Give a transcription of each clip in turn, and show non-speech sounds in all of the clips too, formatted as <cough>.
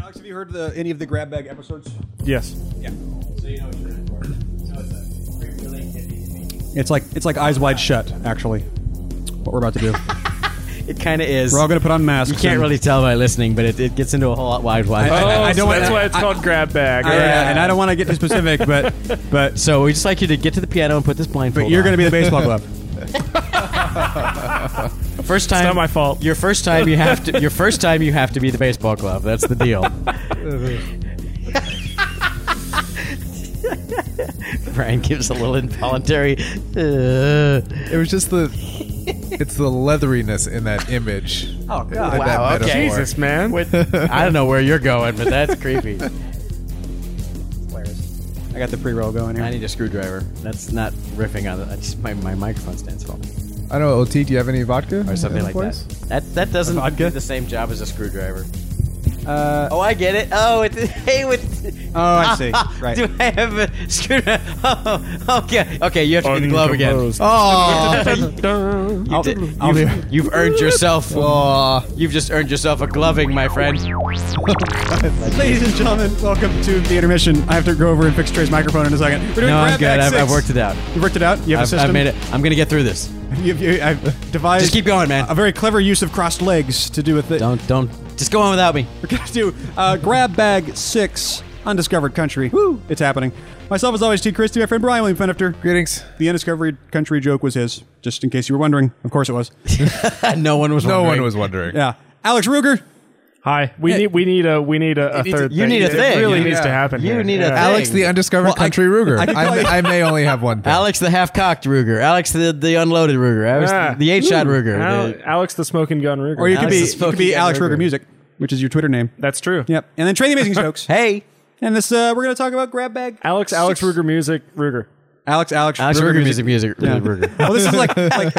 Alex, have you heard the, any of the grab bag episodes? Yes. Yeah. So you know what you're in for. So it's a re- relativity speaking. It's like it's like Eyes Wide Shut, actually. What we're about to do. It kind of is. we're all going to put on masks. you can't and- really tell by listening, but it, it gets into a whole lot wide wide. I- Oh, I don't so wanna- that's why it's I- called grab bag. Yeah, All right. and I don't want to get too <laughs> specific, but but so we just like you to get to the piano and put this blindfold. but you're on. going to be the baseball club. <laughs> first time. It's not my fault. Your first time you have to. Your first time you have to be the baseball club. That's <laughs> the deal. Brian gives a little involuntary. Uh, It was just the. It's the leatheriness in that image. Oh, God. In that Wow, okay. metaphor. <laughs> Jesus, man. with, I don't know where you're going, but that's creepy. I got the pre-roll going I here. need a screwdriver. That's not riffing on it. I just my, my microphone stands falling I don't know, OT, do you have any vodka? or something like that. That that doesn't Vodka? do the same job as a screwdriver. Uh, Oh, I get it. Oh, it, <laughs> hey, with. Oh, <laughs> I see. Right. Do I have a screwdriver? <laughs> Oh, okay. Okay, you have to do the glove again. Uncomposed. oh, Dun. You I'll- <laughs> did- Oh. I'll you've, do- you've earned yourself. uh, You've just earned yourself a gloving, my friend. ladies and gentlemen, welcome to the intermission. I have to go over and fix Trey's microphone in a second. We're doing No, I'm grab good. bag I've, six. I've worked it out. You worked it out. You have a I've, system. I've made it. I'm gonna get through this. You, you, I've devised. Just keep going, man. A very clever use of crossed legs to do with it. Don't don't. Just go on without me. <laughs> We're gonna do uh, grab bag six, undiscovered country. Woo! It's happening. Myself as always, T. Christie, my friend Brian William Fenifter. Greetings. The undiscovered country joke was his, just in case you were wondering. Of course it <laughs> was. no one was. No wondering. one was wondering. Yeah. Alex Ruger. Hi. We need we need a we need a, a need to- third. you need a It thing. really Yeah. needs to happen. You here. need a Yeah. Ah. thing. Alex, the undiscovered country Ruger. could I, call you- I, may only have one thing. Alex the half cocked Ruger. Alex the, the unloaded Ruger. Alex Ah. the eight shot Ooh. Ruger. Al- The- Alex the smoking gun Ruger. Or you could Alex be, is you could smoking be Alex Ruger. Ruger Music, which is your Twitter name. That's true. Yep. And then Trey the Amazing Stokes. hey, And this uh, we're gonna talk about grab bag. Alex Alex six. Ruger music Ruger. Alex Alex Alex Ruger, music, music, <laughs> Ruger. well, this is like, like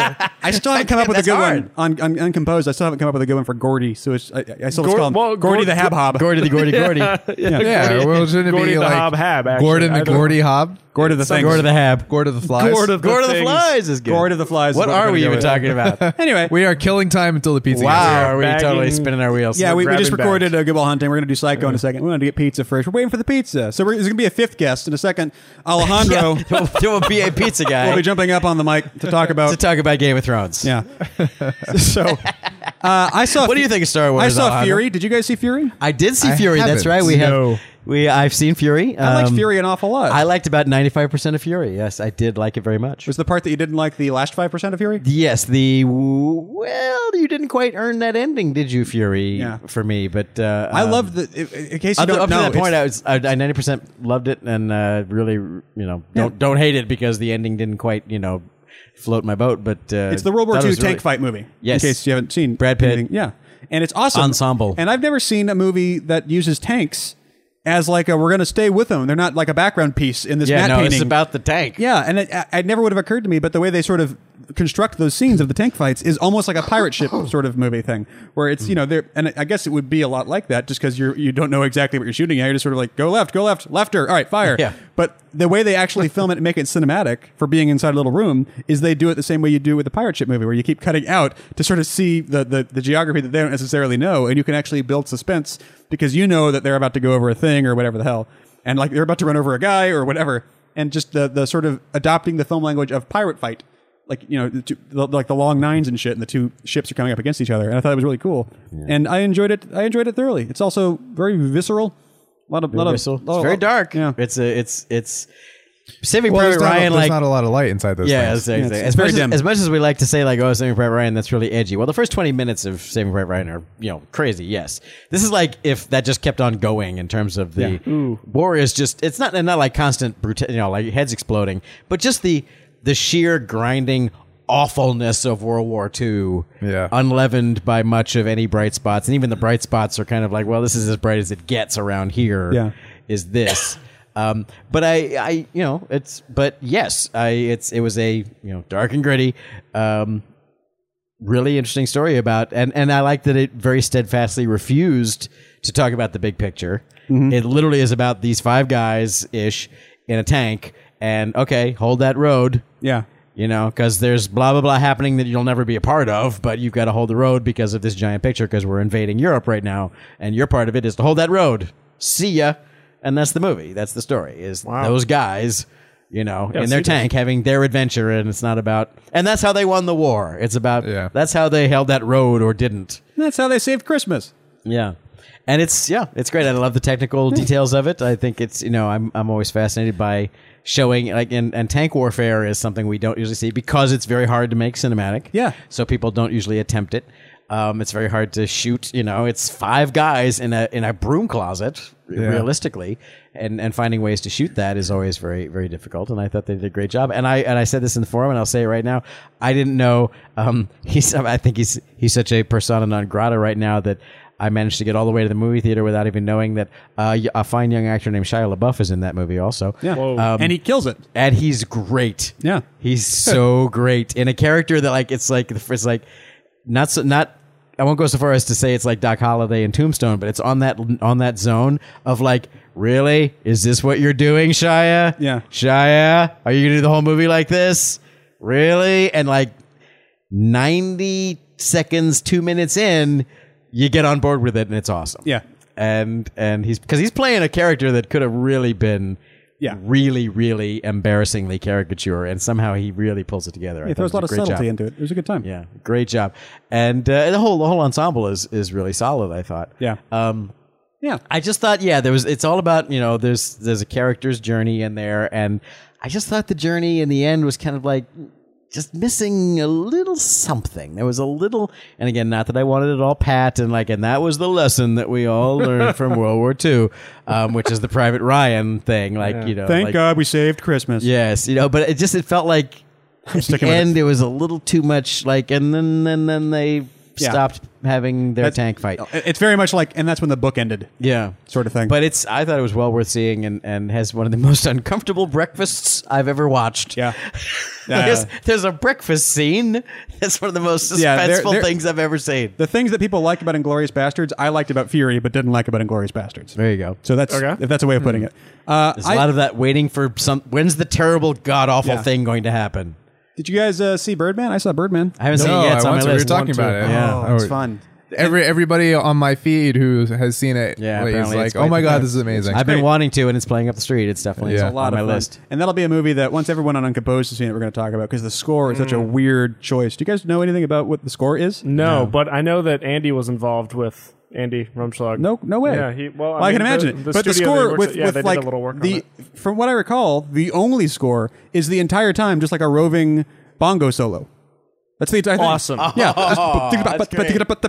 I still haven't come up with a That's good hard. one on, on uncomposed. I still haven't come up with a good one for Gordy. So it's I, I still Gor- call him well, Gordy Gor- the Hab Hob. Gordy the Gordy <laughs> Gordy. <laughs> yeah, Gordy- well, shouldn't it Gordy be the like Hob Hab, actually. Gordon I the don't- Gordy Hob? Gordy the thing. Gordy the Hab. Gord of the Flies? Gord of the- Gordy the things. Flies is good. Gordy the Flies. is What we're are gonna we go even with. talking <laughs> about? Anyway, We are killing time until the pizza Wow, We're are we totally bagging- spinning our wheels? yeah, we, we just grabbing recorded a good ball hunting. We're gonna do Psycho in a second. We wanted to get pizza first. We're waiting for the pizza. So we're, there's gonna be a fifth guest in a second. Alejandro <laughs> <laughs> Yeah, there will be a pizza guy will be jumping up on the mic to <laughs> talk about. to talk about Game of Thrones. <laughs> yeah. so uh, I saw. What do you think of Star Wars? I saw Alejandro? Fury. Did you guys see Fury? I did see I Fury. That's haven't. right. We No. have. We I've seen Fury. I liked Um, Fury an awful lot. I liked about ninety five percent of Fury. Yes, I did like it very much. was the part that you didn't like the last five percent of Fury. Yes, the well, you didn't quite earn that ending, did you, Fury? Yeah. For me, but uh, I um, love the. In in case you Up, to- don't up know, to that point, it's- I was I I ninety percent loved it and uh, really, you know, don't Yeah. don't hate it because the ending didn't quite, you know, float my boat. But uh, It's the World War that II was tank really- fight movie. Yes. In case you haven't seen Brad Pitt. anything. Yeah. And it's awesome. Ensemble. And I've never seen a movie that uses tanks as like a we're going to stay with them. They're not like a background piece in this Yeah, matte no, painting. it's about the tank. yeah, and it, I- it never would have occurred to me, but the way they sort of construct those scenes of the tank fights is almost like a pirate ship sort of movie thing, where it's you know there, and I guess it would be a lot like that, just because you you don't know exactly what you're shooting at. You're just sort of like go left, go left, lefter, all right, fire. <laughs> Yeah. But the way they actually film it and make it cinematic for being inside a little room is they do it the same way you do with the pirate ship movie, where you keep cutting out to sort of see the, the, the geography that they don't necessarily know, and you can actually build suspense because you know that they're about to go over a thing or whatever the hell, and like they're about to run over a guy or whatever, and just the the sort of adopting the film language of pirate fight, like you know, the two, the, like the long nines and shit, and the two ships are coming up against each other, and I thought it was really cool, and I enjoyed it. I enjoyed it thoroughly. It's also very visceral. A lot of, lot of, Whistle. lot it's of- very dark. Yeah. It's a it's it's Saving Well, Private there's, not, Ryan there's like not a lot of light inside those yeah, things. it's, it's, Yeah, it's- as, it's very much dim. As, as much as we like to say like oh Saving Private Ryan that's really edgy. Well, the first twenty minutes of Saving Private Ryan are you know crazy. Yes, this is like if that just kept on going in terms of the war is just it's not and not like constant brutal you know like heads exploding, but just the the sheer grinding awfulness of World War II Yeah. unleavened by much of any bright spots and even the bright spots are kind of like well this is as bright as it gets around here Yeah. is this. Um, but I, I, you know, it's, but yes, I, it's, it was a, you know, dark and gritty, um, really interesting story about, and, and I like that it very steadfastly refused to talk about the big picture. It literally is about these five guys ish in a tank and okay, hold that road. Yeah. You know, because there's blah blah blah happening that you'll never be a part of, but you've got to hold the road because of this giant picture. Because we're invading Europe right now, and your part of it is to hold that road. See ya, and that's the movie. That's the story. Is those guys, you know, in their see this. tank having their adventure, and it's not about. And that's how they won the war. It's about. Yeah. That's how they held that road or didn't. That's how they saved Christmas. Yeah. And it's yeah, it's great. I love the technical details of it. I think it's you know I'm I'm always fascinated by showing like and, and tank warfare is something we don't usually see because it's very hard to make cinematic. Yeah. so people don't usually attempt it. Um, it's very hard to shoot. You know, it's five guys in a in a broom closet realistically, and and finding ways to shoot that is always very very difficult. And I thought they did a great job. And I and I said this in the forum, and I'll say it right now. I didn't know. Um, <laughs> he's I think he's he's such a persona non grata right now that. I managed to get all the way to the movie theater without even knowing that uh, y- a fine young actor named Shia LaBeouf is in that movie also. Yeah. Whoa. Um, and he kills it. and he's great. Yeah. <laughs> he's so great in a character that like it's like it's like not so not. I won't go so far as to say it's like Doc Holliday and Tombstone, but it's on that on that zone of like, really, is this what you're doing, Shia? Yeah. Shia, are you gonna do the whole movie like this? Really? And like ninety seconds, two minutes in, you get on board with it, and it's awesome Yeah. and and he's because he's playing a character that could have really been Yeah. really really embarrassingly caricature and somehow he really pulls it together I He thought throws a it lot of was great subtlety job. into it. It was a good time. yeah great job and uh, the whole the whole ensemble is is really solid i thought Yeah. um Yeah. I just thought, yeah, there was. It's all about you know. There's there's a character's journey in there, and I just thought the journey in the end was kind of like just missing a little something. There was a little, and again, not that I wanted it all pat and like, and that was the lesson that we all learned from <laughs> World War II, um, which is the Private Ryan thing. Like you know, Thank like, God we saved Christmas. Yes, you know, but it just it felt <laughs> like at the sticking with end it. was a little too much. Like, and then and then they Yeah. stopped having their That's- Oh. tank fight. It's very much like, and that's when the book ended. Yeah, Sort of thing. But it's I thought it was well worth seeing, and, and has one of the most <laughs> uncomfortable breakfasts I've ever watched. Yeah. <laughs> Uh, there's, there's a breakfast scene. <laughs> That's one of the most suspenseful Yeah, they're- they're- things I've ever seen. the things that people like about Inglorious Bastards, I liked about Fury, but didn't like about Inglorious Bastards. There you go. Hmm. So that's Okay. if that's a way of putting it. Uh, There's a I- lot of that waiting for some. When's the terrible god awful Yeah. thing going to happen? did you guys uh, see Birdman? I saw Birdman. I haven't seen No, it yet. I It's on want my to. We were list. talking Want to. about eh? it. Yeah. Oh, it's fun. Every everybody on my feed who has seen it Yeah, like, is apparently like, it's "Oh my quite- god, this is amazing!" I've been wanting to, and it's playing up the street. It's definitely Yeah. it's It's a lot on my of fun. list. And that'll be a movie that once everyone on Uncomposed has seen it, we're going to talk about because the score is such a weird choice. Do you guys know anything about what the score is? No, but I know that Andy was involved with Andy Rumschlag. No, no way. Yeah, he, well, I, can mean, imagine the- it. The but the studio they score worked with, at- yeah, with they like did a little work on the it. from what I recall, the only score is the entire time just like a roving bongo solo. That's the entire thing. Awesome. Yeah.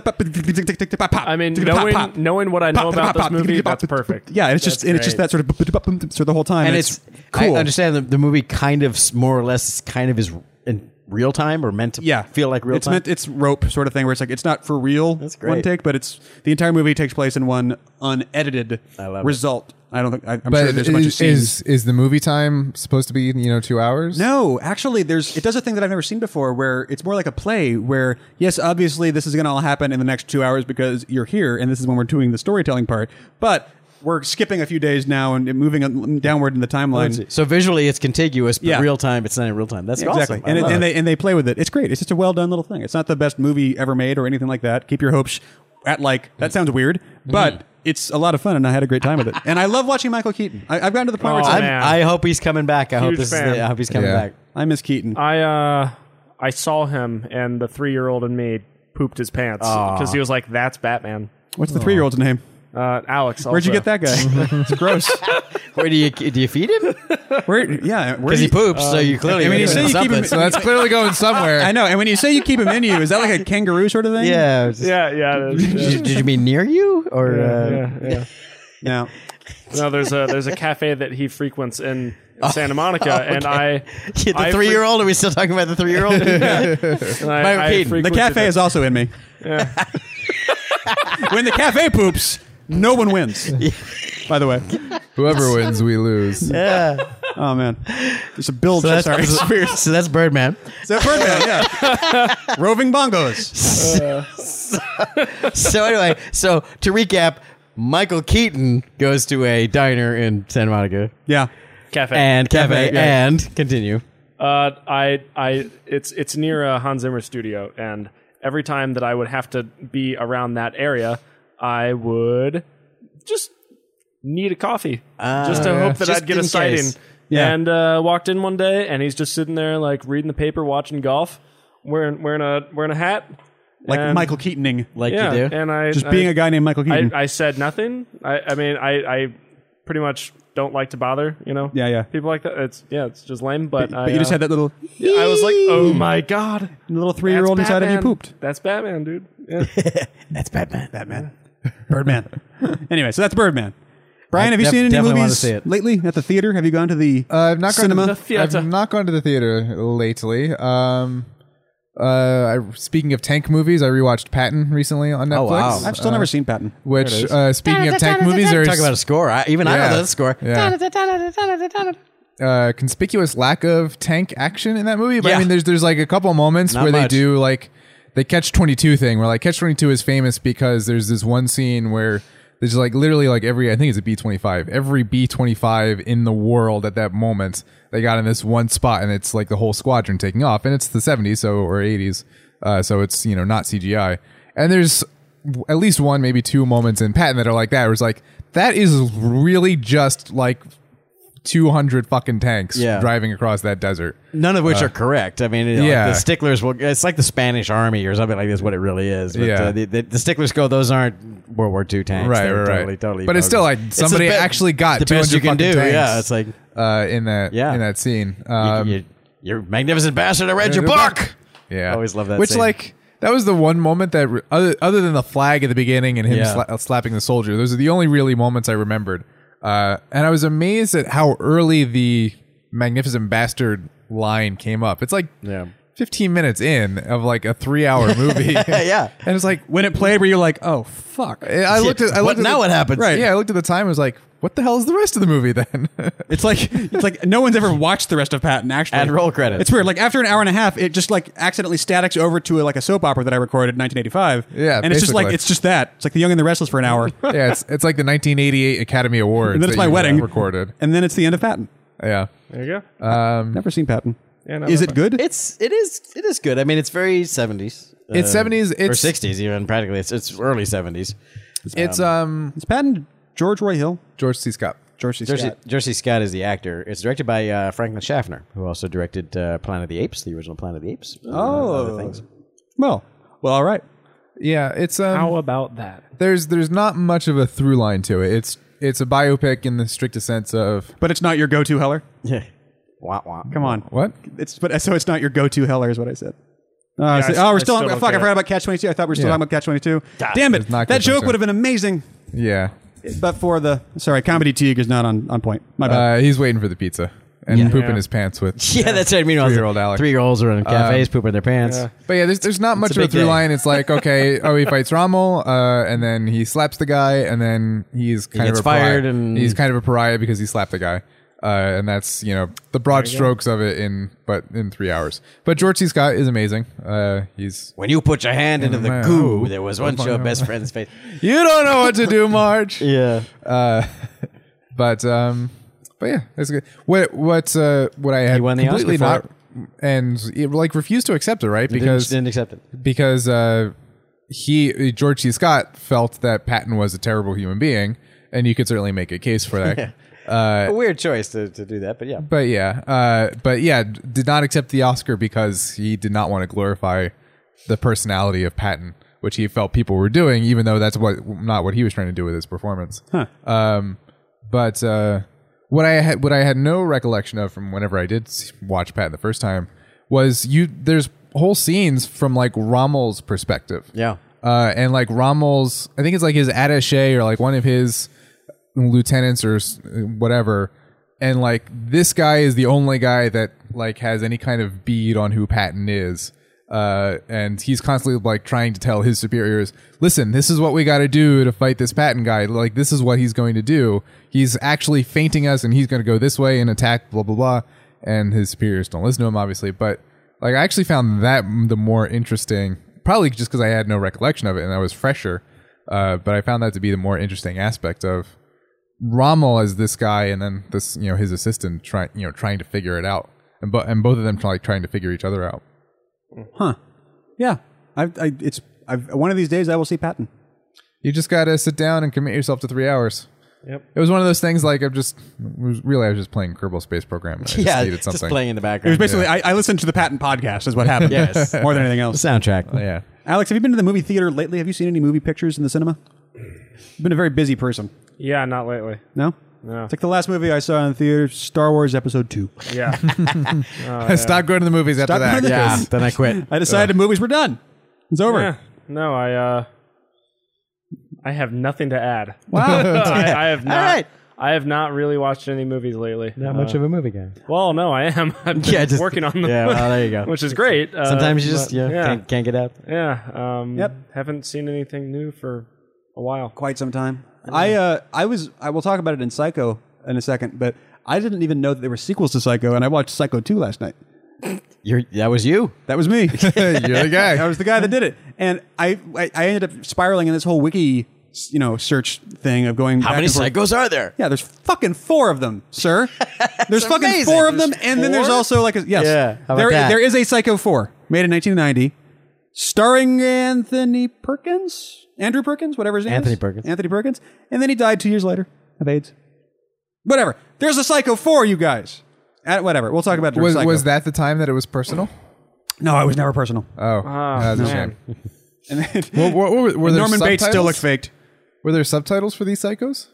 I mean, knowing knowing what I know about this movie, that's perfect. Yeah, and it's just That's and it's just great. that sort of sort of the whole time, and it's, cool. I understand the, the movie kind of s- more or less kind of is in real time or meant to yeah, feel like real It's time. meant it's rope sort of thing where it's like it's not for real one great. take, but it's the entire movie takes place in one unedited love it. result. I don't think I, I'm but sure there's a bunch of is, scenes. is is the movie time supposed to be you know two hours? No, actually, there's it does a thing that I've never seen before, where it's more like a play. Where yes, obviously this is going to all happen in the next two hours because you're here, and this is when we're doing the storytelling part. But we're skipping a few days now and moving on- downward in the timeline. So visually, it's contiguous, but Yeah. real time, it's not in real time. That's Exactly, awesome. I and, it, love and it. they and they play with it. It's great. It's just a well done little thing. It's not the best movie ever made or anything like that. Keep your hopes at like that sounds weird, Mm-hmm. but it's a lot of fun, and I had a great time with it. And I love watching Michael Keaton. I, I've gotten to the point where it's Aw, like, I'm- man. I hope he's coming back. I hope Huge this is fan. the, I hope he's coming Yeah. back. I miss Keaton. I uh, I saw him, and the three year old in me pooped his pants because he was like, "That's Batman." What's the three year old's name? Uh, Alex, Where'd you also. get that <laughs> guy? it's gross. Where do you do you feed him? Where, yeah, where Because do he you- um, poops, so you clearly. I mean, you say you keep something. him- So that's clearly going somewhere. I know. And when you say you keep him in you, is that like a kangaroo sort of thing? yeah. it was just- Yeah, yeah, it is, yeah, <laughs> Did, did you mean near you or? uh, yeah, yeah. No. No, there's a there's a cafe that he frequents <laughs> in Santa Monica, and I Kid, I Oh, <laughs> the three year old? Are we still talking about the three <laughs> year old? fre- and I- Michael I Keaton. The The frequented cafe it. is also in me. <laughs> when the cafe poops, no one wins. By the way. Whoever wins, we lose. yeah. Oh, man. There's a build. So So <laughs> that's, sorry. so that's Birdman. So Birdman, yeah. Roving bongos. So anyway, so to recap, Michael Keaton goes to a diner in Santa Monica Yeah. cafe. and cafe, Cafe, yeah. and continue. Uh, I, I, it's it's near a Hans Zimmer studio, and every time that I would have to be around that area, I would just need a coffee just to hope that Ah, Just I'd get a in sighting. case. Yeah. And uh, walked in one day, and he's just sitting there like reading the paper, watching golf, wearing wearing a wearing a hat, like and- Michael Keatoning, like yeah, you do. and I just I- being a guy named Michael I, Keaton. I said nothing. I, I mean, I, I pretty much don't like to bother, you know? Yeah, yeah. People like that. It's, yeah, it's just lame, but, I, but you just uh, had that little I was like, oh my God. little three year old that's inside of you Batman. pooped. That's Batman, dude. <laughs> Yeah. That's Batman. Batman, Birdman. anyway, so that's Birdman. Brian, I have you def- seen any definitely wanna movies see it. lately at the theater? Have you gone to the Uh, I've not Cinema. gone The to theater. I've not gone to the theater lately. Um, uh, I, speaking of tank movies, I rewatched Patton recently on Netflix. uh, Oh, wow. I've still never seen Patton. Which, uh, speaking of tank movies, there's Talk about a score. I, even I Yeah. know that score. Yeah. uh, conspicuous lack of tank action in that movie. But Yeah. I mean, there's there's like a couple moments Not where much. they do like the catch twenty two thing. Where like catch twenty two is famous because there's this one scene where there's like literally like every I think it's a B twenty five. Every B twenty five in the world at that moment they got in this one spot, and it's like the whole squadron taking off, and it's the seventies so or eighties, uh, so it's you know not CGI. And there's w- at least one, maybe two moments in Patton that are like that. Where it's like that is really just like 200 fucking tanks Yeah. driving across that desert. None of which are correct. I mean, you know, Uh, yeah. like the sticklers will. It's like the Spanish army or something like this. What it really is. But, Yeah. uh, the, the, the sticklers go. Those aren't World War II tanks. Right, They're right, right. totally, totally. But bogus. it's still like the somebody be- actually got the best 200 you can do. fucking tanks. Yeah, it's like you- Uh, in that Yeah. in that scene, um, you, you're magnificent bastard. I read your the book. book. yeah, I always love that Which scene. like that was the one moment that re- other other than the flag at the beginning and him Yeah. sla- slapping the soldier, those are the only really moments I remembered. Uh, and I was amazed at how early the magnificent bastard line came up. It's like Yeah. 15 minutes in of like a <laughs> three hour movie. Yeah. <laughs> and it's like When it played, were you like, oh fuck? I looked at I What- looked at now the- what happens? Right. Yeah, I looked at the time. I was like, what the hell is the rest of the movie then? <laughs> It's like it's like no one's ever watched the rest of Patton actually. And roll credits. It's weird. Like after an hour and a half, it just like accidentally statics over to like a soap opera that I recorded in 1985. Yeah, and it's just like basically. it's just that. It's like The Young and the Restless for an hour, yeah, it's it's like the 1988 Academy Awards. And then it's that my you, uh, wedding. recorded. and then it's the end of Patton. Yeah. There you go. Never seen Patton. Yeah, no, Uh, Is no, it no. good? It's it is it is good. I mean, it's very seventies. It's 70s, Uh, or it's- sixties even practically. It's it's early seventies. It's um It's Patton. George Roy Hill. George C. Scott. George C. Jersey, Scott. Jersey Scott is the actor. It's directed by uh, Franklin Schaffner, who also directed uh, Planet of the Apes, the original Planet of the Apes. and other Oh. things. Well, well, all right. Yeah, it's um How about that? there's there's not much of a through line to it. It's it's a biopic in the strictest sense of But it's not your go-to Heller. yeah. <laughs> Wah, wah. Come on. what? It's but so it's not your go-to Heller is what I said. Uh, I said- I s- oh, we're I still, still on, don't fuck. I care. forgot about Catch Twenty Two. I thought we were still Yeah. talking about Catch Twenty Two. Damn it! It's not That Catch joke 22. would have been amazing, Yeah. but for the sorry, comedy Teague is not on on point. My bad. Uh, he's waiting for the pizza and pooping Yeah. his pants with. <laughs> Yeah, that's what I mean. Three-year-old Alex. Three year olds are in cafes pooping their pants. But yeah, there's there's not much a of a big through day. line. It's <laughs> like okay, oh he fights Rommel, uh, and then he slaps the guy, and then he's kind gets of a pariah. fired and- he's kind of a pariah because he slapped the guy. Uh, and that's you know the broad strokes of it in but in three hours. But George C. Scott is amazing. Uh, he's When you put your hand into the man. goo, Oh. there was once your best friend's face. you don't know what to <laughs> do, Marge. Yeah. Uh, but um, but yeah, that's good. What what uh, what I had won the completely Oscar not for and it, like refused to accept it, right? Didn't, Because didn't accept it. because uh, he George C. Scott felt that Patton was a terrible human being, and you could certainly make a case for that. A weird choice to, to do that, but yeah. but yeah, uh, but yeah, d- did not accept the Oscar because he did not want to glorify the personality of Patton, which he felt people were doing, even though that's what not what he was trying to do with his performance. Um, but uh, what I had what I had no recollection of from whenever I did s- watch Patton the first time was you. There's whole scenes from like Rommel's perspective Yeah. uh, and like Rommel's, I think it's like his attaché or like one of his lieutenants or s- whatever. And like this guy is the only guy that like has any kind of bead on who Patton is. Uh, and he's constantly like trying to tell his superiors, listen, this is what we got to do to fight this Patton guy. Like this is what he's going to do. He's actually fainting us, and he's going to go this way and attack. Blah blah blah. And his superiors don't listen to him, obviously. But like I actually found that m- the more interesting, probably just because I had no recollection of it and I was fresher. Uh, but I found that to be the more interesting aspect of Rommel as this guy, and then this you know his assistant trying you know trying to figure it out. and but and both of them try, like trying to figure each other out. Huh. Yeah. I, I, it's, I've, one of these days I will see Patton. You just gotta sit down and commit yourself to three hours. Yep. It was one of those things like I'm just was- really I was just playing Kerbal Space Program. and I just <laughs> yeah, needed just something. playing in the It was <laughs> background. basically, I, I listened to the Patton podcast, is what happened. Yes. <laughs> More than anything else. soundtrack. yeah. Alex, have you been to the movie theater lately? Have you seen any movie pictures in the cinema? I've been a very busy person. Yeah, not lately. No? No. It's like the last movie I saw in the theater, Star Wars Episode 2. Yeah. <laughs> I stopped going to the movies after Stopped going to that. the- <laughs> Yeah, then I quit. I decided movies were done. It's over. Yeah. No, I uh I have nothing to add. <laughs> <laughs> Wow. <laughs> I, I have not right. I have not really watched any movies lately. Uh, Not much of a <laughs> movie guy. Well, no, I am. <laughs> I'm Yeah, just- working on them. <laughs> yeah, well, there you Oh. go. Which is great. Uh, Sometimes you just but- yeah, Can't, can't get up. yeah. yeah um, Yep. Haven't seen anything new for a while. Quite some time. I uh, I was I will talk about it in Psycho in a second, but I didn't even know that there were sequels to Psycho, and I watched Psycho 2 last night. You're that was you. That was <laughs> me. You're the guy. I was the guy <laughs> that did it, and I I, I ended up spiraling in this whole wiki you know search thing of going. How back many and forth. psychos are there? Yeah, there's fucking four of them, sir. <laughs> There's fucking amazing. four of them, There's and then there's four? also like a yes. Yeah, how about there, that? there is a Psycho Four made in 1990, starring Anthony Perkins, Andrew Perkins, whatever his name Anthony is. Perkins. Anthony Perkins, and then he died two years later of AIDS. Whatever. There's a Psycho Four, you guys. At whatever. We'll talk about it. <laughs> Was Psycho. was that the time that it was personal? No, it was never personal. <laughs> Oh, that's a man. shame. Well, what- what- were there Ah, Norman Bates still subtitles? looked faked. Were there subtitles for these psychos?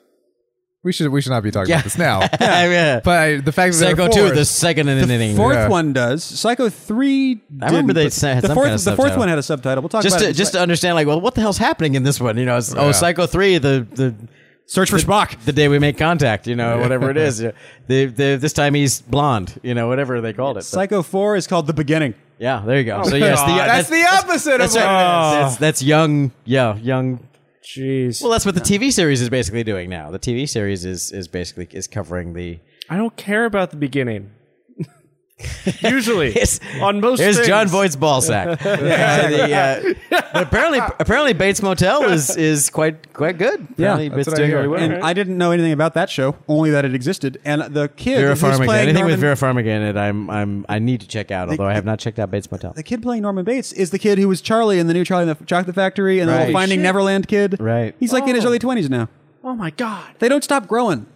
We should we should not be talking Yeah. about this now. <laughs> yeah. But I, the fact that there Psycho are two, four- the second in an inning. Fourth Yeah. one does. Psycho three. I remember didn't, they but sa- had the some fourth. kind of the fourth subtitle. one had a subtitle. We'll talk just about to, it. just to understand, like, well, what the hell's happening in this one? You know, it's, oh, Yeah. Psycho three, the the search for Spock. the day we make contact. You know, whatever it <laughs> is. Yeah. The, the, this time he's blonde. You know, whatever they called it. But, Psycho 4 is called The Beginning. yeah, there you go. So yes, the, uh, God. Oh, that's, the opposite that's, of Oh. right. what- that's, that's young. Yeah, young. Jeez. Well, that's what the TV series is basically doing now. The TV series is is basically is covering the. I don't care about the beginning. <laughs> <laughs> Usually, Yes. on most. Here's things. John Voight's ball <laughs> sack. Uh, the, uh, but apparently, apparently Bates Motel is is quite quite good. Apparently that's it's what I doing hear. really well. And Alright. I didn't know anything about that show, only that it existed. And the kid Vera who's playing Farmiga. Anything Norman, with Vera Farmiga in it, I'm I'm I need to check out. Although I have not checked out Bates Motel. the kid playing Norman Bates is the kid who was Charlie in the new Charlie and the Chocolate Factory and the Right. little Finding Shit. Neverland kid. Right. He's like in his early 20s now. Oh my God. They don't stop growing.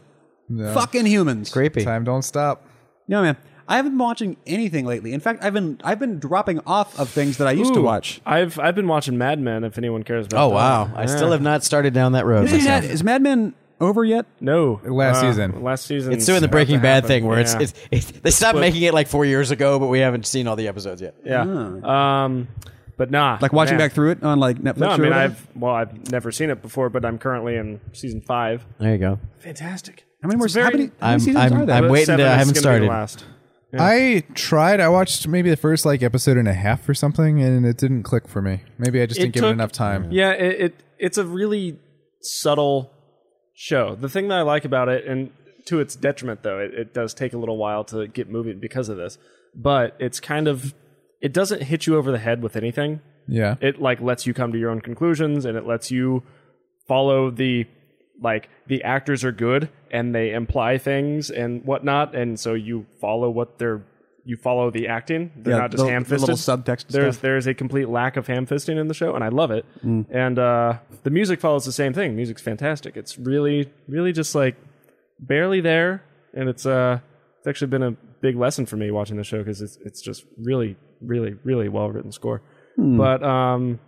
No. Fucking humans. Creepy. Time don't stop. No, man. I haven't been watching anything lately. In fact, I've been I've been dropping off of things that I used to Ooh, watch. I've I've been watching Mad Men. If anyone cares about. Oh that. wow! I still have not started down that road. Is, Mad, myself. is Mad Men over yet? No. Uh, Last season. Last season. It's doing the Breaking Bad thing where Yeah. it's, it's, it's they stopped making it like four years ago, but we haven't seen all the episodes yet. Yeah. Ah. Um, but nah. Like watching man. back through it on like Netflix. No, or I mean whatever? I've well I've never seen it before, but I'm currently in season five. There you go. Fantastic. how many more? It's very- how many, how many I'm- seasons I'm- are there? I'm But waiting seven to- I is haven't gonna be the started. Last. I tried. I watched maybe the first like episode and a half or something, and it didn't click for me. Maybe I just didn't give it took- enough time. Yeah, it, it it's a really subtle show. The thing that I like about it, and to its detriment though, it, it does take a little while to get moving because of this. But it's kind of it doesn't hit you over the head with anything. Yeah, It like lets you come to your own conclusions, and it lets you follow the like the actors are good and they imply things and whatnot, and so you follow what they're you follow the acting. They're Yeah, not just the- the ham fisted. little subtext and There's stuff. Mm. there's a complete lack of ham fisting in the show, and I love it. And uh, the music follows the same thing. Music's fantastic. It's really really just like barely there, and it's uh it's actually been a big lesson for me watching the show because it's it's just really really really well written score. Hmm. But um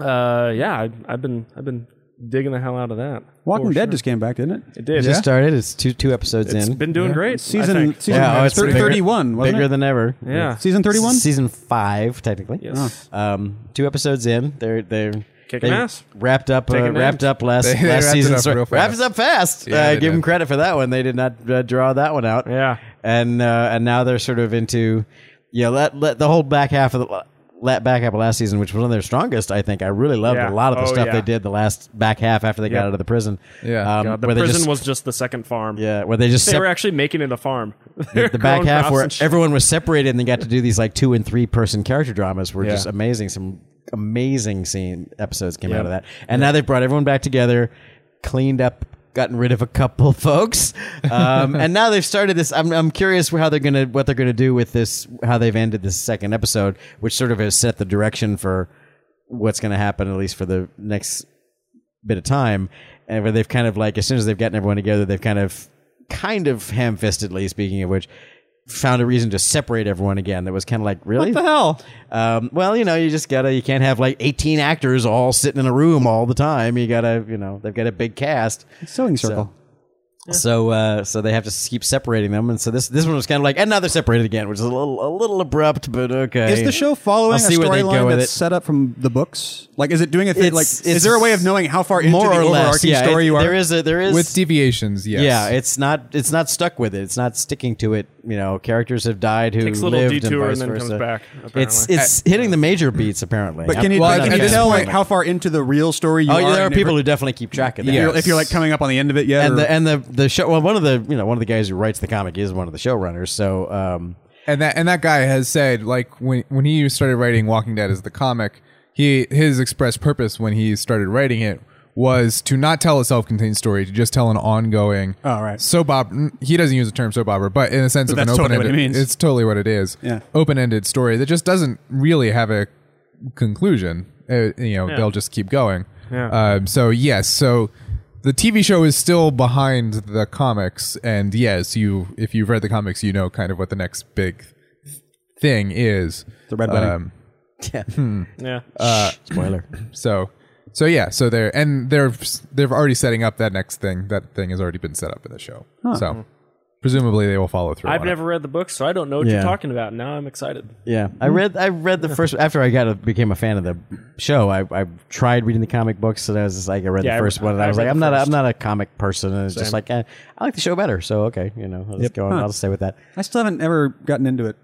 uh yeah, I, I've been I've been digging the hell out of that. Walking For Dead sure. just came back, didn't it? it did. Just started. It's two two episodes It's in. been doing great. I Season think. season Yeah, oh, it's thir- bigger- 31, wasn't bigger it? than ever. yeah. season 31? Season five, technically. Yes. Um, two episodes in. They're they're Kicking they ass. Wrapped up. Uh, Taking wrapped names. <laughs> up last They- last they wrapped it season. up sorry. real fast. Wrapped it up fast. Yeah, uh, they give them did. credit for that one. They did not uh, draw that one out. Yeah. And uh, and now they're sort of into yeah. Let let the whole back half of the. That back half of last season, which was one of their strongest, I think. I really loved Yeah. a lot of the Oh, stuff yeah. they did the last back half after they got Yeah. out of the prison. Um, Yeah. God, the where they prison just- was just the second farm. yeah, where they just They sep- were actually making it a farm. <laughs> the back half where everyone was separated and they got to do these like two and three person character dramas were just Yeah. amazing. Some amazing scene episodes came out of that. And now they've brought everyone back together, cleaned up gotten rid of a couple <laughs> folks, um, and now they've started this. I'm, I'm curious how they're gonna what they're gonna do with this. How they've ended this second episode, which sort of has set the direction for what's gonna happen, at least for the next bit of time, and where they've kind of like as soon as they've gotten everyone together, they've kind of kind of ham-fistedly, speaking of which, found a reason to separate everyone again. That was kind of like really What the hell? Um, well, you know, you just gotta you can't have like eighteen actors all sitting in a room all the time. You gotta you know they've got a big cast. Sewing circle. So uh, so they have to keep separating them, and so this this one was kind of like and now they're separated again, which is a little a little abrupt, but okay. Is the show following I'll a see where they go storyline with that's it. set up from the books? Like, is it doing a thing? It's- Like, it's is there a way of knowing how far into more the or less? overarching Yeah, story it- you are? there is a there is with deviations. Yes. Yeah, it's not it's not stuck with it. It's not sticking to it. You know, characters have died who Takes a little lived and, detour and vice then comes versa. back, It's apparently. it's hitting the major beats apparently. But can you, Well, but I can think you at tell this like, point- how far into the real story you Oh, are? yeah, there are and people who definitely keep track of that. if, you're, Yes. if you're like coming up on the end of it yet, And or- the and the the show well one of the you know one of the guys who writes the comic is one of the showrunners. So um, and that and that guy has said like when when he started writing Walking Dead as the comic, he his express purpose when he started writing it was to not tell a self-contained story, to just tell an ongoing Oh, right. soap opera. He doesn't use the term soap opera, but in the sense of an that's totally open-ended, what it means. it's totally what it is. Yeah. open-ended story that just doesn't really have a conclusion. Uh, you know, they'll just keep going. Yeah. Um, so yes, so the TV show is still behind the comics, and yes, you if you've read the comics, you know kind of what the next big thing is. Um, The Red Wedding. yeah. Uh, <laughs> spoiler. So, so yeah, so they're and they're they're already setting up that next thing. That thing has already been set up in the show. So presumably they will follow through. I've on it. never read the book, so I don't know what Yeah. you're talking about. Now I'm excited. Yeah, I read I read the first after I got a, became a fan of the show. I, I tried reading the comic books, and I was just like, I read Yeah, I the first re- one, and I I was read like, the I'm not a, first. I'm not a comic person, and it's just Same. like eh, I like the show better, so okay, you know, I'll just go on, I'll just stay with that. I still haven't ever gotten into it.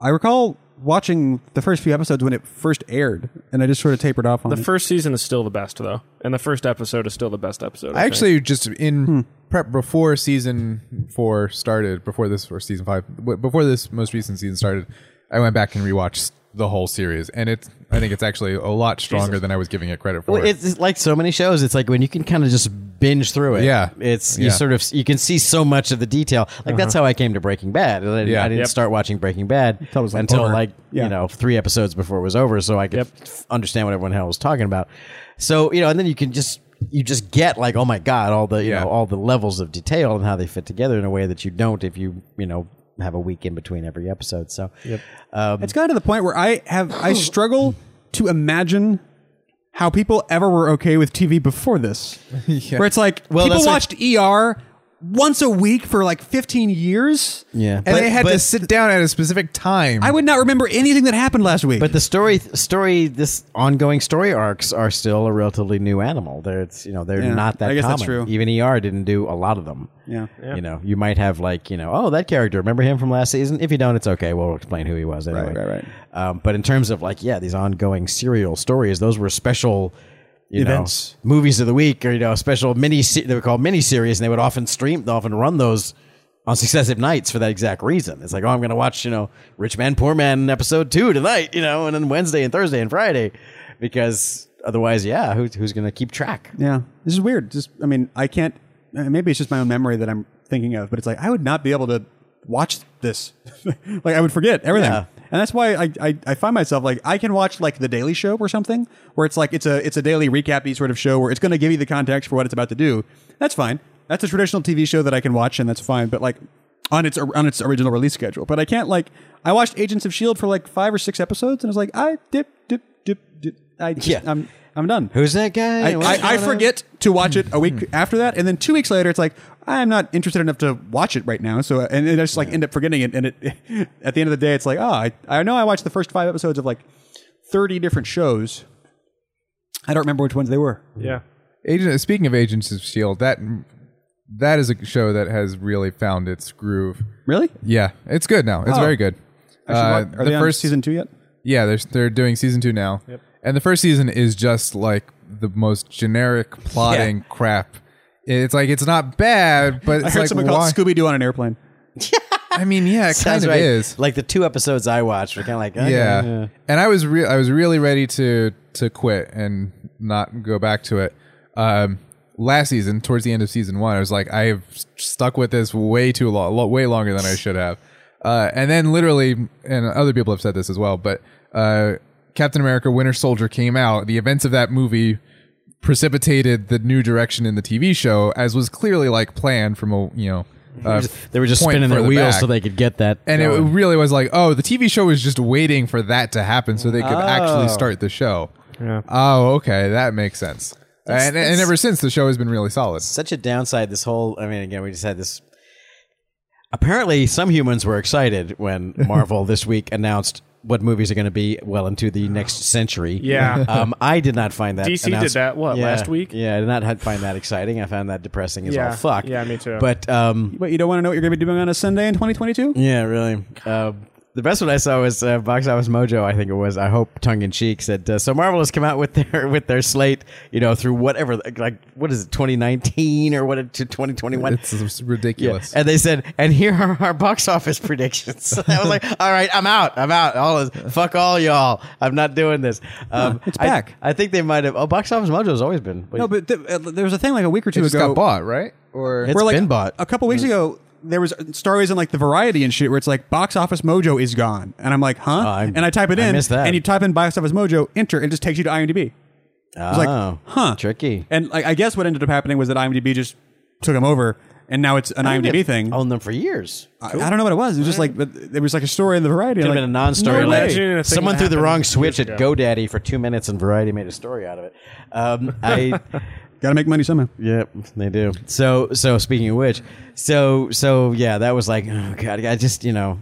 I recall watching the first few episodes when it first aired, and I just sort of tapered off on The it. first season is still the best, though, and the first episode is still the best episode. I I think. actually just in Hmm. prep before season four started, before this or season five, w- before this most recent season started, I went back and rewatched the whole series, and it's I think it's actually a lot stronger than I was giving it credit for. Well, it's, it's like so many shows. It's like when you can kind of just binge through it. Yeah. it's you Yeah. sort of you can see so much of the detail. Like Uh-huh. that's how I came to Breaking Bad. I, didn't- Yeah. I didn't Yep. start watching Breaking Bad until, it was, like, over. like Yeah. you know three episodes before it was over, so I could Yep. f- understand what everyone hell was talking about. So you know, and then you can just you just get like oh my god all the you Yeah. know all the levels of detail and how they fit together in a way that you don't if you you know have a week in between every episode. So um, It's gotten to the point where I have <laughs> I struggle to imagine how people ever were okay with TV before <laughs> this. Where it's like Well, people that's watched ER once a week for like 15 years. Yeah. and but- they had to but- sit down at a specific time. I would not remember anything that happened last week. But the story, story, this ongoing story arcs are still a relatively new animal. They're, it's, you know, they're Yeah, not that I guess common. that's true. Even ER didn't do a lot of them. yeah. You know, you might have like, you know, oh, that character. Remember him from last season? If you don't, it's okay. We'll explain who he was anyway. right, right. Um, but in terms of like, yeah, these ongoing serial stories, those were special. You Events. know, movies of the week, or you know, special mini. se- They were called mini series, and they would often stream, they often run those on successive nights for that exact reason. It's like, oh, I'm going to watch, you know, Rich Man, Poor Man episode two tonight, you know, and then Wednesday and Thursday and Friday, because otherwise, yeah, who, who's going to keep track? Yeah. This is weird. Just I mean, I can't uh, maybe it's just my own memory that I'm thinking of, but it's like I would not be able to watch this. <laughs> like I would forget everything. Yeah. And that's why I, I, I find myself like I can watch like the Daily Show or something where it's like it's a it's a daily recap sort of show where it's going to give you the context for what it's about to do. That's fine. That's a traditional TV show that I can watch and that's fine. But like on its on its original release schedule. But I can't like I watched Agents of Shield for like five or six episodes and I was like I dip dip dip dip I just, Yeah. I'm I'm done. Who's that guy? I, What's I, I going on? forget to watch it a week after that, and then two weeks later, it's like I'm not interested enough to watch it right now. So, and I just like end up forgetting it. And it, <laughs> at the end of the day, it's like, oh, I, I know I watched the first five episodes of like 30 different shows. I don't remember which ones they were. yeah. Agent, speaking of Agents of Shield, E that that is a show that has really found its groove. Really? Yeah, it's good now. It's Oh. very good. I Uh, should watch- are they on season two yet? Yeah, they're they're doing season two now. And the first season is just like the most generic plotting crap. It's like it's not bad, but I it's heard like someone call why? it Scooby Doo on an airplane. I mean, yeah, it <laughs> kind Sounds of right. is. Like the two episodes I watched were kind of like, oh, okay, yeah. And I was real I was really ready to to quit and not go back to it. Um last season, towards the end of season one, I was like, I have stuck with this way too long, lo- way longer than I should have. Uh, and then literally, and other people have said this as well, but uh, Captain America: Winter Soldier came out. The events of that movie precipitated the new direction in the TV show, as was clearly like planned from a you know. Uh, They were just point spinning their further wheels back. so they could get that. And it going. really was like, oh, the TV show was just waiting for that to happen so they could actually start the show. Oh, okay, that makes sense. and, and that's- ever since, the show has been really solid. such a downside. This whole, I mean, again, we just had this. Apparently, some humans were <laughs> excited when Marvel this week announced what movies are going to be well into the next century. Yeah. <laughs> um, I did not <laughs> find that. DC did announced- that, what, Yeah. last week? Yeah, I did not ha- find that exciting. I found that depressing as Yeah. all fuck. Yeah, me too. But um, But you don't want to know what you're going to be doing on a Sunday in 2022? yeah, really. Uh, the best one I saw was uh, Box Office Mojo. I think it was. I hope tongue in cheek said uh, so. Marvel has come out with their with their slate, you know, through whatever, like what is it, 2019 or what to 2021. It's s- ridiculous. And they said, and here are our box office predictions. <laughs> I was like, all right, I'm out. I'm out. All is, fuck all y'all. I'm not doing this. Um, it's I- back. I, think they might have. Oh, box office mojo has always been. No, but th- uh, there was a thing like a week or two It just ago. got bought, right? Or It's where, like, been bought. A couple weeks ago, there was stories in like the Variety and shit where it's like Box Office Mojo is gone, and I'm like, huh? Oh, I- and I type it I in, missed that. and you type in Box Office Mojo, enter, it just takes you to IMDb. oh, It's like, huh? Tricky. And like, I guess what ended up happening was that IMDb just took them over, and now it's an IMDb thing. Owned them for years. I, I don't know what it was. It was just like but there was like a story in the Variety. Could and have like, been a non-story. no later. way. Imagine a thing Someone that threw the happened wrong years switch at ago. GoDaddy for two minutes, and Variety made a story out of it. Um, I. Got to make money somehow. Yep, they do. So, so speaking of which, so, so yeah, that was like, oh god, I just, you know,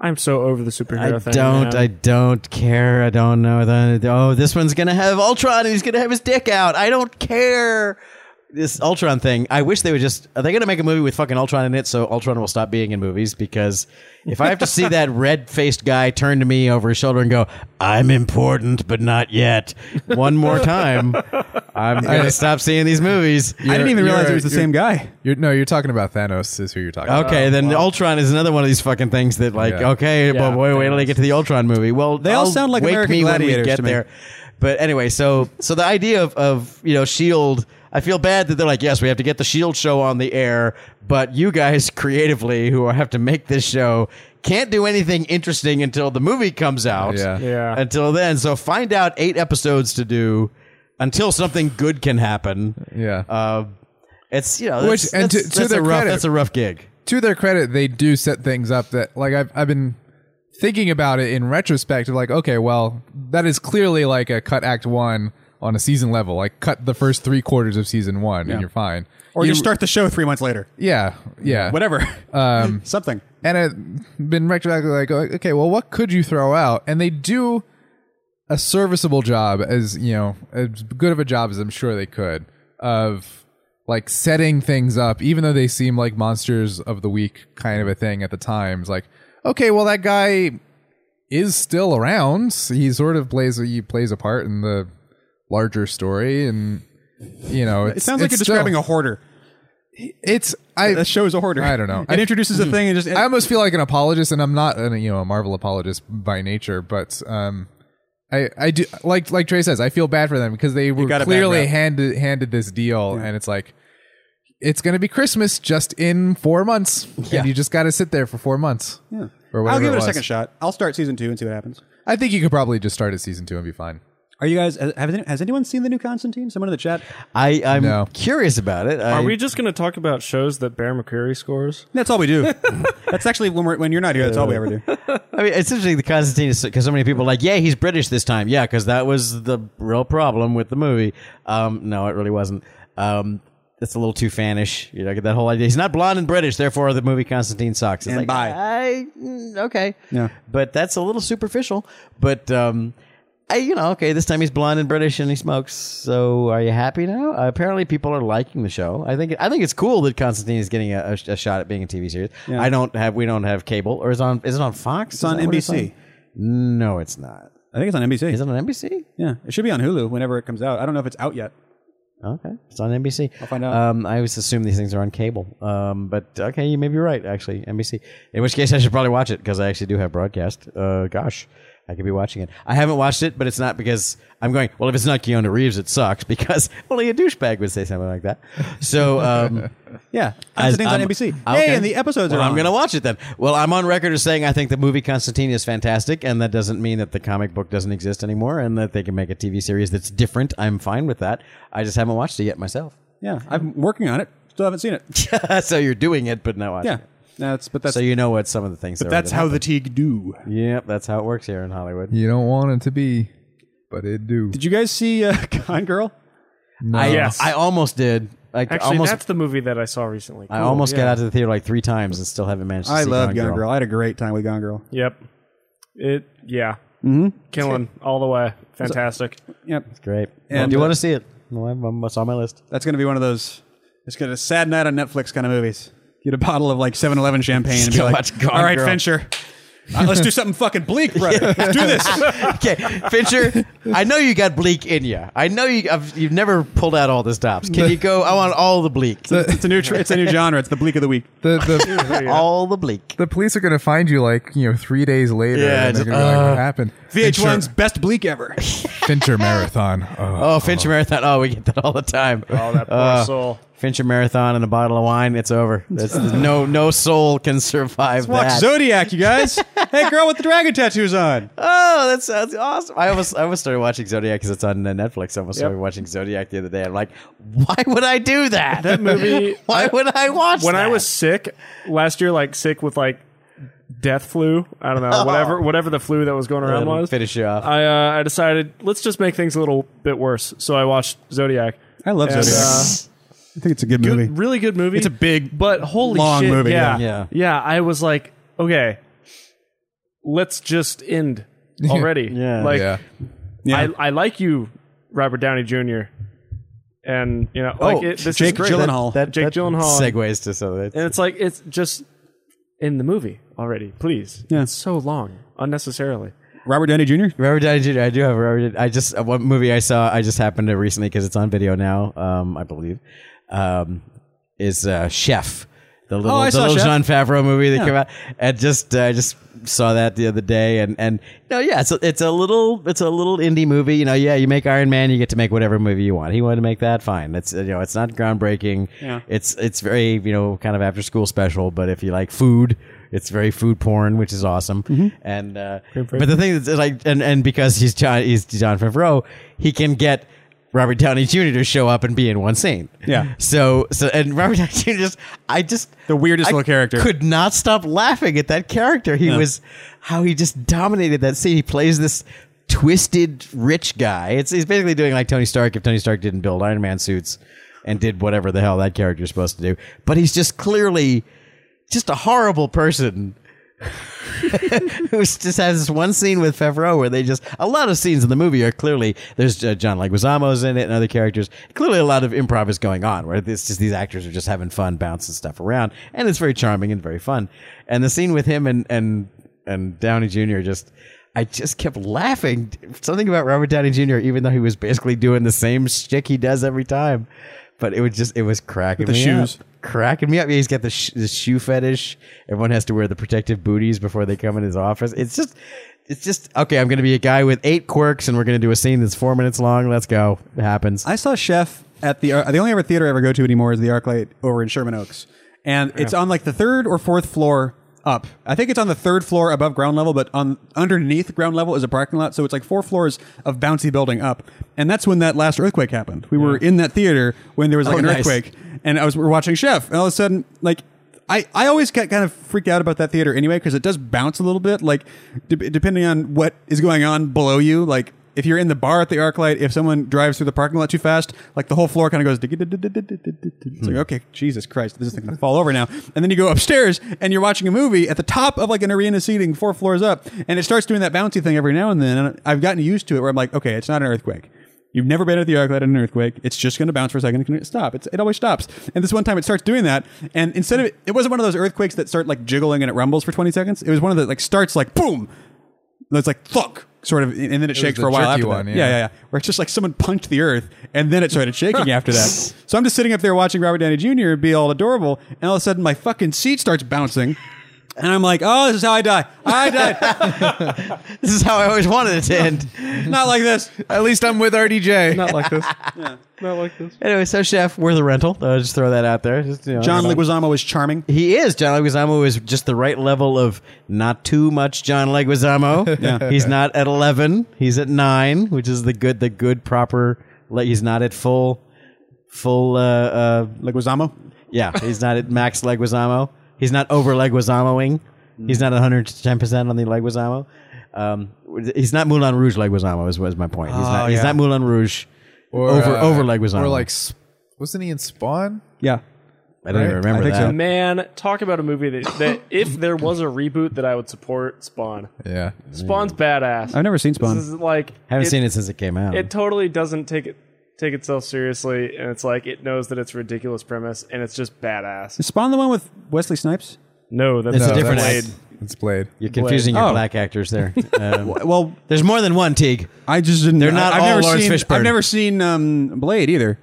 I'm so over the I superhero thing. don't. man. I don't care. I don't know. That, oh, this one's gonna have Ultron, and he's gonna have his dick out. I don't care. This Ultron thing. I wish they would just. Are they gonna make a movie with fucking Ultron in it? So Ultron will stop being in movies because if I have <laughs> to see that red faced guy turn to me over his shoulder and go, "I'm important, but not yet," one more time, I'm gonna stop seeing these movies. I didn't even you're realize a- it was the you're- same guy. You're, no, you're talking about Thanos. Is who you're talking about. Okay, then Ultron is another one of these fucking things that, like, Um, Yeah. okay, Yeah, well, wait, wait till I get to the Ultron movie. Well, they all sound like wake American me when we Gladiators get to me. there. But anyway, so so the idea of of you know Shield, I feel bad that they're like, yes, we have to get the Shield E show on the air, but you guys <laughs> creatively who have to make this show can't do anything interesting until the movie comes out. Yeah. Yeah. Until then, so find out eight episodes to do until something good can happen. Yeah. Uh, it's you know, Which- that's- and to- that's- to that's their a rough, credit- that's a rough gig. to their credit, they do set things up that like I've I've been thinking about it in retrospect of like, okay, well, that is clearly like a cut act one on a season level. Like cut the first three quarters of season one and you're fine. Or you start the show three months later. Yeah. Yeah. Whatever. Um, <laughs> Something. and I've been retroactively like, oh, okay, well, what could you throw out? And they do a serviceable job, as you know, as good of a job as I'm sure they could, of like setting things up, even though they seem like monsters of the week kind of a thing at the times. Like, okay, well, that guy is still around. He sort of plays he plays a part in the larger story, and you know, It sounds like you're describing a hoarder. It's I That show is a hoarder. I don't know. <laughs> It introduces <laughs> a thing and just I almost feel like an apologist, and I'm not, an, you know, a Marvel apologist by nature, but um, I, I do like like Trey says, I feel bad for them because they were got a bad clearly rep. handed handed this deal, and it's like it's going to be Christmas just in four months, and you just got to sit there for four months. Yeah, or whatever I'll give it, a was. second shot. I'll start season two and see what happens. I think you could probably just start at season two and be fine. Are you guys? Have, has anyone seen the new Constantine? Someone in the chat. I, I'm No. curious about it. I, Are we just going to talk about shows that Bear McCreary scores? That's all we do. <laughs> that's actually when we're when you're not here. That's all we ever do. I mean, it's interesting. The Constantine is because so many people are like, yeah, he's British this time. Yeah, because that was the real problem with the movie. Um, no, it really wasn't. Um, that's a little too fanish. You know, get that whole idea. He's not blonde and British, therefore the movie Constantine sucks. It's And like, bye. I mm, okay. Yeah. but that's a little superficial. But um, I, you know, okay, this time he's blonde and British and he smokes. So are you happy now? Uh, apparently, people are liking the show. I think I think it's cool that Constantine is getting a, a, a shot at being a TV series. I don't have we don't have cable or is it on is it on Fox? Is on that what NBC. No, it's not. I think it's on NBC. Is it on NBC? yeah, it should be on Hulu whenever it comes out. I don't know if it's out yet. Okay, it's on NBC. I'll find out. Um, I always assume these things are on cable, um, but okay, you may be right. Actually, NBC. In which case, I should probably watch it because I actually do have broadcast. Uh, gosh, I could be watching it. I haven't watched it, but it's not because I'm going. Well, if it's not Keanu Reeves, it sucks <laughs> because only a douchebag would say something like that. So um, yeah, Constantine's on NBC. Yay, and the episodes are Ah, well, I'm on. gonna watch it then. Well, I'm on record as saying I think the movie Constantine is fantastic, and that doesn't mean that the comic book doesn't exist anymore, and that they can make a TV series that's different. I'm fine with that. I just haven't watched it yet myself. <laughs> Yeah, I'm working on it. Still haven't seen it. so you're doing it, but not watching. Yeah, it. that's but that's So you know what some of the things. But that's how the Teague do. Yep, that's how it works here in Hollywood. You don't want it to be, but it do. Did you guys see uh, <laughs> Con Girl? No. I, Yes. I almost did. Like Actually, almost. that's the movie that I saw recently. I almost yeah. got out to the theater like three times and still haven't managed. to I see love Gone Gone Girl. I had a great time with Gone Girl. Yep. It. Yeah. Mm-hmm. Killing all the way. Fantastic. Yep, Great. And, And do you uh, want to see it? Well, I'm, I'm, it's on my list. that's gonna be one of those. It's gonna sad night on Netflix kind of movies. Get a bottle of like 7-Eleven champagne and be Go like, watch Gone "All right, Girl." Fincher, uh, let's do something fucking bleak, <laughs> brother. Let's do this." okay, Fincher, I know you got bleak in you. I know you. I've, you've never pulled out all the stops. Can you go? I want all the bleak. It's a new tr- it's a new genre. It's the bleak of the week. the, <laughs> the, All the bleak. the police are going to find you like, you know, three days later. Yeah, And they're just, gonna be like, uh, what happened? VH1's best bleak ever. <laughs> Fincher Marathon. Oh. Oh, Fincher marathon. Oh, we get that all the time. Oh, that poor Uh, soul. Fincher marathon and a bottle of wine. It's over. That's, no, no soul can survive Watch that. Zodiac, you guys. hey, girl with the dragon tattoos on. Oh, that sounds awesome. I almost, I almost started watching Zodiac because it's on uh, Netflix. I almost Yep. started watching Zodiac the other day. I'm like, why would I do that? That movie. <laughs> why would I watch when I that? was sick last year, like sick with like death flu. I don't <laughs> know, whatever, whatever the flu that was going around That'll was. finish you off. I uh, I decided let's just make things a little bit worse. So I watched Zodiac. I love And, Zodiac. uh, I think it's a good, movie. good, really good movie. It's a big, but holy long shit, movie, Yeah, yeah. yeah, I was like, okay, let's just <laughs> end already. Yeah. like yeah. yeah. I, I like you, Robert Downey Jr. And you know, like Oh, it, this Jake is great. Gyllenhaal. That, Jake Gyllenhaal. segues to something. And it's like it's just in the movie already. Please, Yeah. it's so long unnecessarily. Robert Downey Jr. Robert Downey Jr. I do have Robert. I just uh, one movie I saw. I just happened to recently because it's on video now. Um, I believe um, is uh, Chef. The little, Oh, I the saw little Chef. John Favreau movie that Yeah. came out, and just I just saw that the other day, and and no, yeah, it's a, it's a little it's a little indie movie, you know. Yeah, you make Iron Man, you get to make whatever movie you want. He wanted to make that, fine. That's uh, you know, it's not groundbreaking. Yeah. It's it's very you know kind of after school special, but if you like food, it's very food porn, which is awesome. Mm-hmm. And uh, for but the thing is, is like, and, and because he's John, he's John Favreau, he can get Robert Downey Jr. to show up and be in one scene. Yeah. So so and Robert Downey Jr. just I just The weirdest I little character. could not stop laughing at that character. He Yeah. was how he just dominated that scene. He plays this twisted rich guy. It's he's basically doing like Tony Stark if Tony Stark didn't build Iron Man suits and did whatever the hell that character is supposed to do. But he's just clearly just a horrible person <laughs> who just has this one scene with Favreau where they just a lot of scenes in the movie are clearly there's uh, John Leguizamo's in it and other characters. Clearly, a lot of improv is going on where it's just these actors are just having fun bouncing stuff around, and it's very charming and very fun. And the scene with him and and and Downey Jr. just. I just kept laughing. Something about Robert Downey Jr., even though he was basically doing the same shtick he does every time. But it was just, it was cracking the me shoes. up cracking me up. He's got the, sh- the shoe fetish. Everyone has to wear the protective booties before they come in his office. It's just, it's just okay. I'm going to be a guy with eight quirks, and we're going to do a scene that's four minutes long. Let's go. It happens. I saw Chef at the uh, the only ever theater I ever go to anymore is the ArcLight over in Sherman Oaks, and it's on like the third or fourth floor up. I think it's on the third floor above ground level, but on underneath ground level is a parking lot, so it's like four floors of bouncy building up. And that's when that last earthquake happened. We were in that theater when there was like Oh, an nice. earthquake, and I was we were watching Chef, and all of a sudden like. I, I always get kind of freaked out about that theater anyway because it does bounce a little bit like de- depending on what is going on below you like if you're in the bar at the arc light if someone drives through the parking lot too fast like the whole floor kind of goes diggy- diggy- diggy- diggy- diggy- diggy. it's like okay jesus christ this is going to fall over now and then you go upstairs and you're watching a movie at the top of like an arena seating four floors up and it starts doing that bouncy thing every now and then and i've gotten used to it where i'm like okay it's not an earthquake You've never been at the arc light at an earthquake. It's just going to bounce for a second and it stop. It's, it always stops. And this one time it starts doing that. And instead of it, it wasn't one of those earthquakes that start like jiggling and it rumbles for 20 seconds. It was one of the like starts like boom. And it's like thunk. sort of, and then it, shakes the for a while jerky after one, that. yeah. yeah, yeah, yeah. Where it's just like someone punched the earth and then it started shaking after that. So I'm just sitting up there watching Robert Downey Jr. be all adorable, and all of a sudden my fucking seat starts bouncing, and I'm like, oh, this is how I die. I died. <laughs> This is how I always wanted it to end. Not like this. At least I'm with RDJ. Not like this. Not like this. <laughs> anyway, so Chef, we're the rental. I'll just throw that out there. Just, you know, John everybody- Leguizamo was charming. He is. John Leguizamo is just the right level of not too much John Leguizamo. Yeah. He's not at 11. He's at 9, which is the good the good proper like he's not at full full uh, uh Leguizamo. yeah, he's not at max Leguizamo. He's not over Leguizamoing. He's not 110% on the Leguizamo. Um, he's not Moulin Rouge Leguizamo is, was my point. He's, not, he's yeah. not Moulin Rouge Or, over uh, over Leguizamo. Or like, Sp- wasn't he in Spawn? Yeah. I don't even right? remember I think that. so. Man, talk about a movie that, that if there was a reboot that I would support, Spawn. Yeah. Spawn's badass. I've never seen Spawn. This is like Haven't it, seen it since it came out. It totally doesn't take it take itself seriously, and it's like it knows that it's a ridiculous premise, and it's just badass. Is Spawn the one with Wesley Snipes? No, that's It's a No, different that's- Blade. It's Blade. You're confusing your Oh. black actors there. Um, Well, there's more than one Teague. I just didn't. They're not I, I've all never Lawrence seen, Fishburne. I've never seen um, Blade either.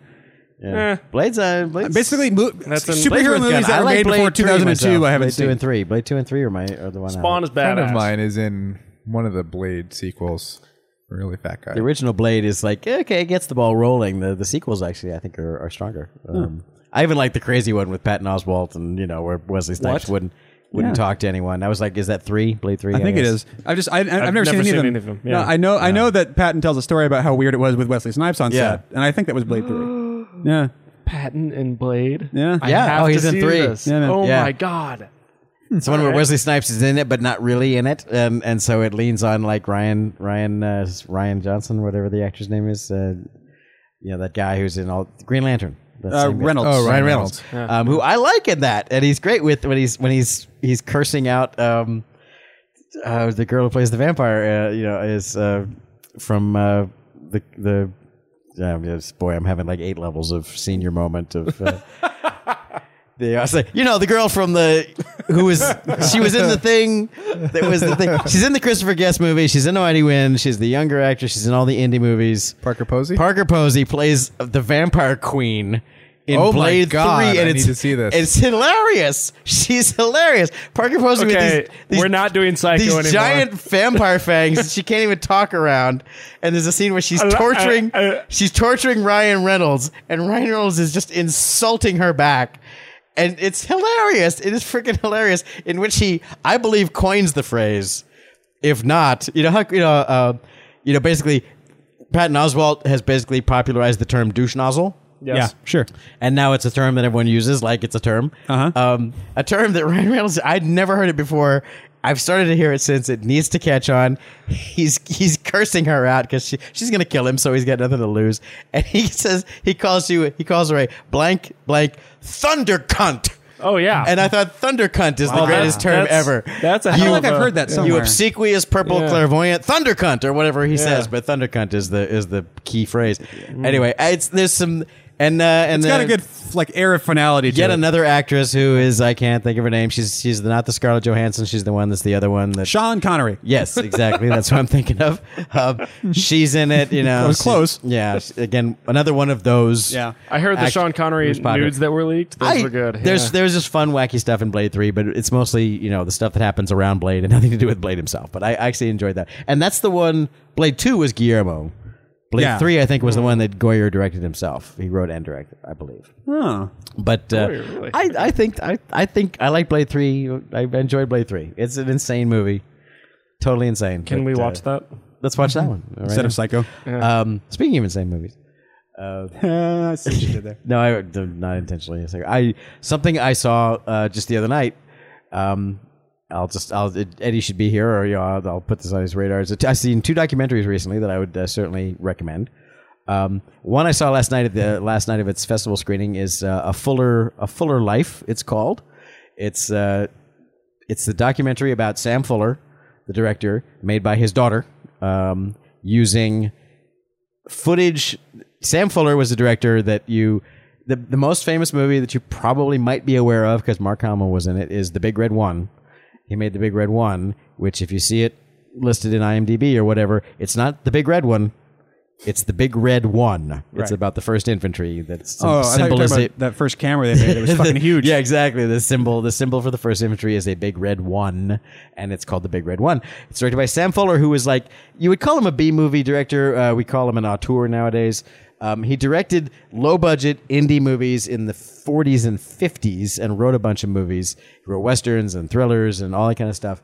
Yeah. Blades, uh, Blades, Basically, mo- That's an- Blade superhero Blades with movies gun. I that were like made Blade before 3 2002. myself. I haven't Blade seen. two and three. Blade two and three are my are the one. I Spawn like. is A friend of badass. mine is in one of the Blade sequels. Really fat guy. the original Blade is like eh, okay, it gets the ball rolling. The the sequels actually I think are, are stronger. Um, I even like the crazy one with Patton Oswalt and you know where Wesley Snipes What? wouldn't wouldn't Yeah. talk to anyone. I was like, is that three? Blade three? I think it is. I've just I, I've, never seen, never seen any, any of of them. them, No, yeah. I know I know that Patton tells a story about how weird it was with Wesley Snipes on Yeah. set, and I think that was Blade Three. Yeah, Patton and Blade. yeah, I Yeah, have oh, to he's in see three. this. Yeah, man. oh Yeah. my god. It's the one where Alright. Wesley Snipes is in it, but not really in it, um, and so it leans on like Ryan Ryan uh, Ryan Johnson, whatever the actor's name is. Uh, you know that guy who's in all Green Lantern. that Uh, same guy. Reynolds. Oh, Ryan Ryan Reynolds. Reynolds. um, who I like in that, and he's great with when he's when he's he's cursing out um, uh, the girl who plays the vampire. Uh, you know, is uh, from uh, the the. Um, yes, boy, I'm having like eight levels of senior moment of. <laughs> Uh, the, I was like, you know, the girl from the who was she was in the thing that was the thing. She's in the Christopher Guest movie. She's in No Mighty Wind. She's the younger actress. She's in all the indie movies. Parker Posey? Parker Posey plays the vampire queen in Oh my Blade God, Three, and I it's need to see this. It's hilarious. She's hilarious. Parker Posey Okay, with these, these we're not doing psycho these anymore. giant vampire fangs. that she can't even talk around. And there's a scene where she's I- I- torturing I- she's torturing Ryan Reynolds, and Ryan Reynolds is just insulting her back. And it's hilarious. It is freaking hilarious. In which he, I believe, coins the phrase. If not, you know, how, you know, uh, you know, basically, Patton Oswalt has basically popularized the term douche nozzle Yeah, Yes. sure. and now it's a term that everyone uses, like it's a term. Uh-huh. Um, a term that <laughs> Ryan Reynolds, I'd never heard it before. I've started to hear it since it needs to catch on. He's he's cursing her out because she, she's gonna kill him, so he's got nothing to lose. And <laughs> he says he calls you he calls her a blank blank thunder cunt. Oh yeah. And I thought thunder cunt is the Wow. greatest term That's- ever. That's a I feel hell like of I've a- heard that somewhere. You obsequious purple Yeah. clairvoyant thunder cunt or whatever he says, but thunder cunt is the is the key phrase. Anyway, it's there's some and uh, and it's got a uh, good f- like air of finality. To Yet it. another actress who is I can't think of her name. She's she's not the Scarlett Johansson. She's the one that's the other one that. Sean Connery. <laughs> yes, exactly. That's what I'm thinking of. Um, she's in it. You <laughs> know, That was She- close. Yeah. she- Again, another one of those. Yeah. I heard the act- Sean Connery who's popular. nudes that were leaked. Those I- were good. There's Yeah. there's just fun wacky stuff in Blade Three, but it's mostly you know the stuff that happens around Blade and <laughs> nothing to do with Blade himself. But I actually enjoyed that, and that's the one. Blade Two was Guillermo. Blade Yeah. Three, I think, was the one that Goyer directed himself. He wrote and directed, I believe. Huh. But uh, you're really- I, I think I, I think I like Blade Three. I enjoyed Blade Three. It's an insane movie, totally insane. uh, Can we watch Mm-hmm. that? Let's watch that one. all right? Instead of Psycho. um, speaking of insane movies, I see what you did there. no, I not intentionally. I something I saw uh, just the other night. Um, I'll just I'll Eddie should be here, or you know, I'll, I'll put this on his radar. It's a- I've seen two documentaries recently that I would uh, certainly recommend. Um, one I saw last night at the last night of its festival screening is uh, a Fuller a Fuller Life. It's called. It's uh, it's the documentary about Sam Fuller, the director, made by his daughter, um, using footage. Sam Fuller was the director that you. The, the most famous movie that you probably might be aware of because Mark Hamill was in it is The Big Red One. He made The Big Red One, which if you see it, listed in IMDb or whatever, it's not the big red one. It's the big red one. Right. It's about the first infantry. That's Oh, I thought you were talking symbolistic. about that first camera they made. <laughs> It was <laughs> fucking huge. Yeah, exactly. The symbol, the symbol for the first infantry is a big red one, and it's called the Big Red One. It's directed by Sam Fuller, who is like you would call him a B movie director. Uh, we call him an auteur nowadays. Um, he directed low budget indie movies in the 40s and 50s, and wrote a bunch of movies. He wrote westerns and thrillers and all that kind of stuff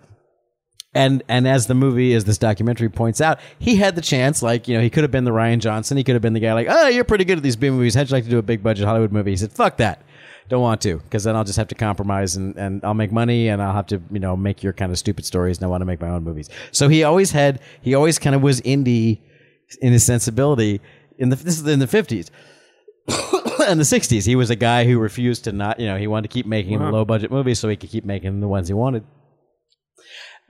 and and as the movie as this documentary points out he had the chance like you know he could have been the ryan johnson he could have been the guy like oh you're pretty good at these b movies how'd you like to do a big budget hollywood movie he said fuck that don't want to because then i'll just have to compromise and, and i'll make money and i'll have to you know make your kind of stupid stories and i want to make my own movies so he always had he always kind of was indie in his sensibility in the this is in the <coughs> 50s in the 60s he was a guy who refused to not you know he wanted to keep making low budget movies so he could keep making the ones he wanted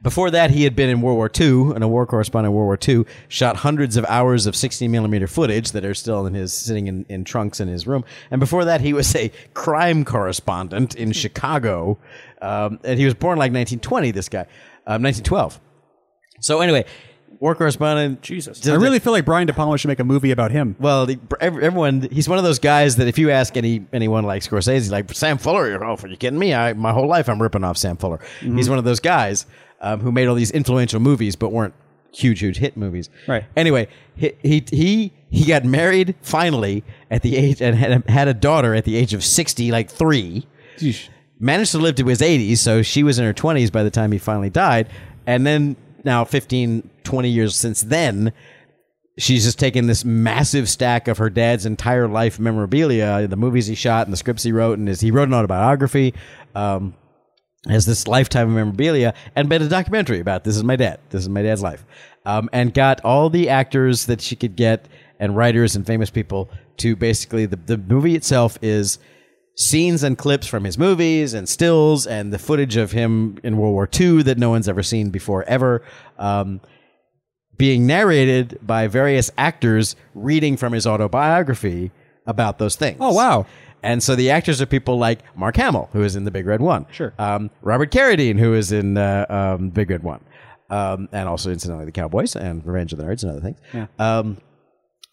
before that, he had been in World War II and a war correspondent in World War II, shot hundreds of hours of 60 millimeter footage that are still in his sitting in, in trunks in his room. And before that, he was a crime correspondent in Chicago. Um, and he was born like 1920, this guy, um, 1912. So, anyway, war correspondent. Jesus. I really feel like Brian De Palma should make a movie about him. Well, the, ev- everyone, he's one of those guys that if you ask any anyone like Scorsese, like Sam Fuller, you're, oh, are you kidding me? I, my whole life I'm ripping off Sam Fuller. He's one of those guys um, who made all these influential movies but weren't huge, huge hit movies. Right. Anyway, he he he, he got married finally at the age and had a, had a daughter at the age of sixty, like three managed to live to his 80s so she was in her 20s by the time he finally died and then now 15 20 years since then she's just taken this massive stack of her dad's entire life memorabilia the movies he shot and the scripts he wrote and his, he wrote an autobiography um, has this lifetime of memorabilia and made a documentary about this is my dad this is my dad's life um, and got all the actors that she could get and writers and famous people to basically the, the movie itself is scenes and clips from his movies and stills and the footage of him in world war ii that no one's ever seen before ever um, being narrated by various actors reading from his autobiography about those things Oh, wow. and so the actors are people like Mark Hamill, who is in The Big Red One. Sure. Um, Robert Carradine, who is in uh, um, Big Red One. Um, and also, incidentally, The Cowboys and Revenge of the Nerds and other things. Um,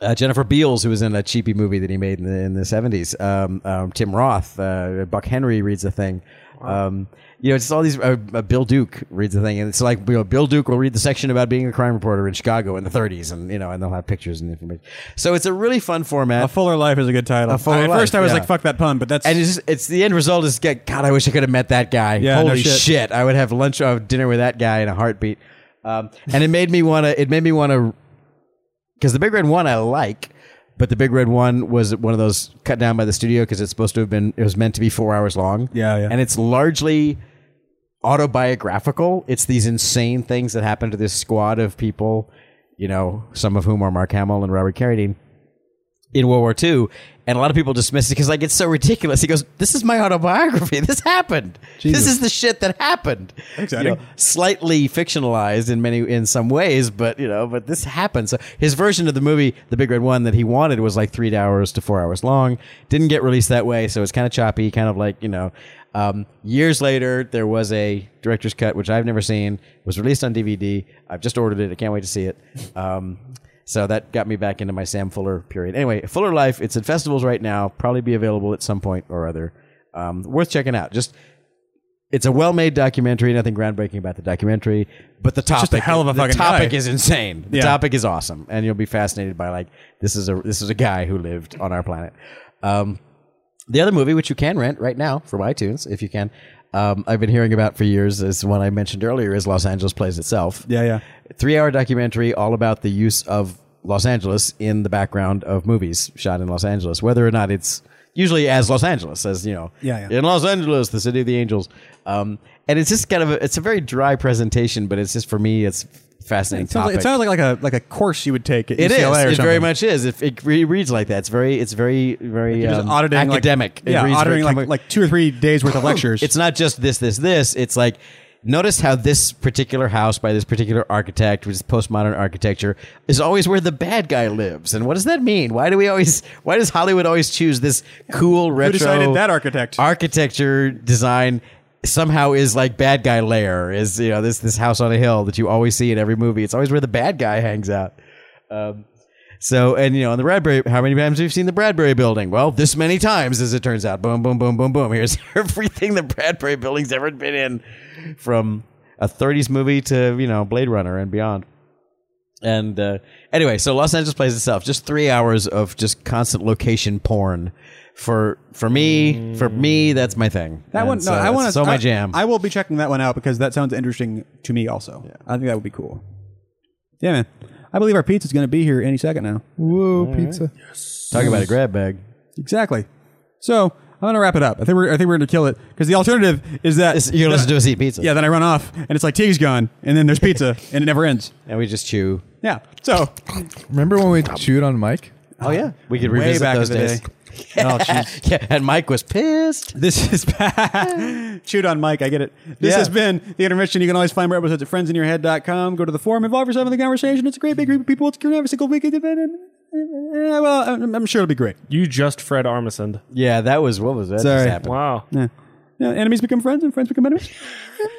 uh, Jennifer Beals, who was in a cheapy movie that he made in the, in the 70s. Um, um, Tim Roth, uh, Buck Henry reads a thing. Um, you know, it's just all these. Uh, uh, Bill Duke reads the thing, and it's like you know, Bill Duke will read the section about being a crime reporter in Chicago in the 30s, and you know, and they'll have pictures and information. So it's a really fun format. A Fuller Life is a good title. A Fuller At first, Life, I was yeah. like, "Fuck that pun," but that's And it's, just, it's the end result is get- God. I wish I could have met that guy. Yeah, Holy no shit. I would have lunch or dinner with that guy in a heartbeat. Um, and it made me want to. It made me want to because the big red one I like, but the big red one was one of those cut down by the studio because it's supposed to have been. It was meant to be four hours long. Yeah, yeah. And it's largely autobiographical. It's these insane things that happen to this squad of people. You know, some of whom are Mark Hamill and Robert Carradine in World War II, and a lot of people dismiss it because like it's so ridiculous. He goes, "This is my autobiography. <laughs> This happened. This is the shit that happened." Exciting. You know, slightly fictionalized in many in some ways, but you know, but this happened. So his version of the movie, The Big Red One, that he wanted was like three hours to four hours long. Didn't get released that way, so it's kind of choppy, kind of like you know. Um, years later, there was a director's cut which I've never seen. It was released on DVD. I've just ordered it. I can't wait to see it. Um, so that got me back into my Sam Fuller period. Anyway, Fuller Life, it's at festivals right now, probably be available at some point or other. Um, worth checking out. Just it's a well-made documentary, nothing groundbreaking about the documentary, but the topic just a hell of a the fucking topic guy. is insane. The Yeah. topic is awesome and you'll be fascinated by like this is a this is a guy who lived on our planet. Um, the other movie, which you can rent right now from iTunes, if you can, um, I've been hearing about for years, is one I mentioned earlier, is Los Angeles Plays Itself yeah, yeah. three hour documentary all about the use of Los Angeles in the background of movies shot in Los Angeles, whether or not it's usually as Los Angeles, as you know, Yeah, yeah. in Los Angeles, the city of the angels. Um, and it's just kind of a, it's a very dry presentation, but it's just for me, it's fascinating. It sounds, like, topic. it sounds like like a like a course you would take at It is. UCLA or It something. very much is. It, it re- reads like that. It's very. It's very very You're just um, auditing like- academic. It yeah, reads very auditing comic- like like two or three days <coughs> worth of <laughs> lectures. it's not just this, this, this. It's like, notice how this particular house by this particular architect, which is postmodern architecture, is always where the bad guy lives. And what does that mean? Why do we always? Why does Hollywood always choose this cool retro? decided that architect? Architecture design. somehow is like bad guy lair is you know this this house on a hill that you always see in every movie. It's always where the bad guy hangs out. Um, so and you know in the Bradbury, how many times have you seen the Bradbury Building? Well, this many times, as it turns out. Boom, boom, boom, boom, boom. Here's <laughs> everything the Bradbury Building's ever been in, from a '30s movie to you know Blade Runner and beyond. And uh, anyway, so Los Angeles plays itself. Just three hours of just constant location porn. For for me, for me, that's my thing. That And one, no, so I that's want to. uh, so my jam. I, will be checking that one out because that sounds interesting to me. Also, I think that would be cool. Yeah, man. I believe our pizza's going to be here any second now. Whoa, pizza. Talk about a grab bag. Exactly. So I'm going to wrap it up. I think we're I think we're going to kill it because the alternative is that It's- You're gonna listen to us eat pizza. yeah. Then I run off and it's like TV's gone and then there's pizza and it never ends. and we just chew. Yeah. So Remember when we chewed on Mike? Oh yeah, we could way revisit back those in the days. day. <laughs> Oh, jeez. <laughs> yeah, and Mike was pissed. This is chewed on Mike. I get it. This Yeah. has been the intermission. You can always find more episodes at friendsinyourhead.com. Go to the forum, involve yourself in the conversation. It's a great big group of people. It's every single week. Eh, Well, I'm I'm sure it'll be great. You just Fred Armisen. Yeah, that was what was that? Sorry. Just happened. Wow. Yeah. Yeah, enemies become friends and friends become enemies.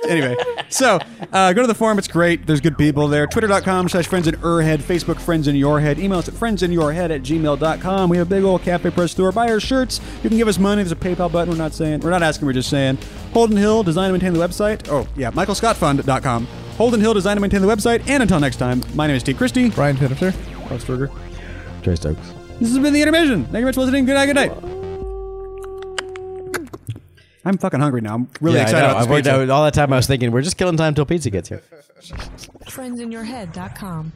anyway, so uh, go to the forum. It's great. There's good people there. Twitter.com slash friends in Urhead. Facebook friends in your head. Email us at friends in your head at gmail.com. We have a big old cafe press store. Buy our shirts. You can give us money. There's a PayPal button. We're not saying, we're not asking. We're just saying. Holden Hill, design and maintain the website. Oh, yeah, michaelscottfund.com. Holden Hill, design and maintain the website. And until next time, my name is Steve Christie. Brian Pinter. Trey Stokes. This has been the intermission. Thank you very much for listening. Good night. Good night. I'm fucking hungry now. I'm really yeah, I excited know. about this I've worked pizza. out all that time. I was thinking we're just killing time till pizza gets here. friendsinyourhead.com.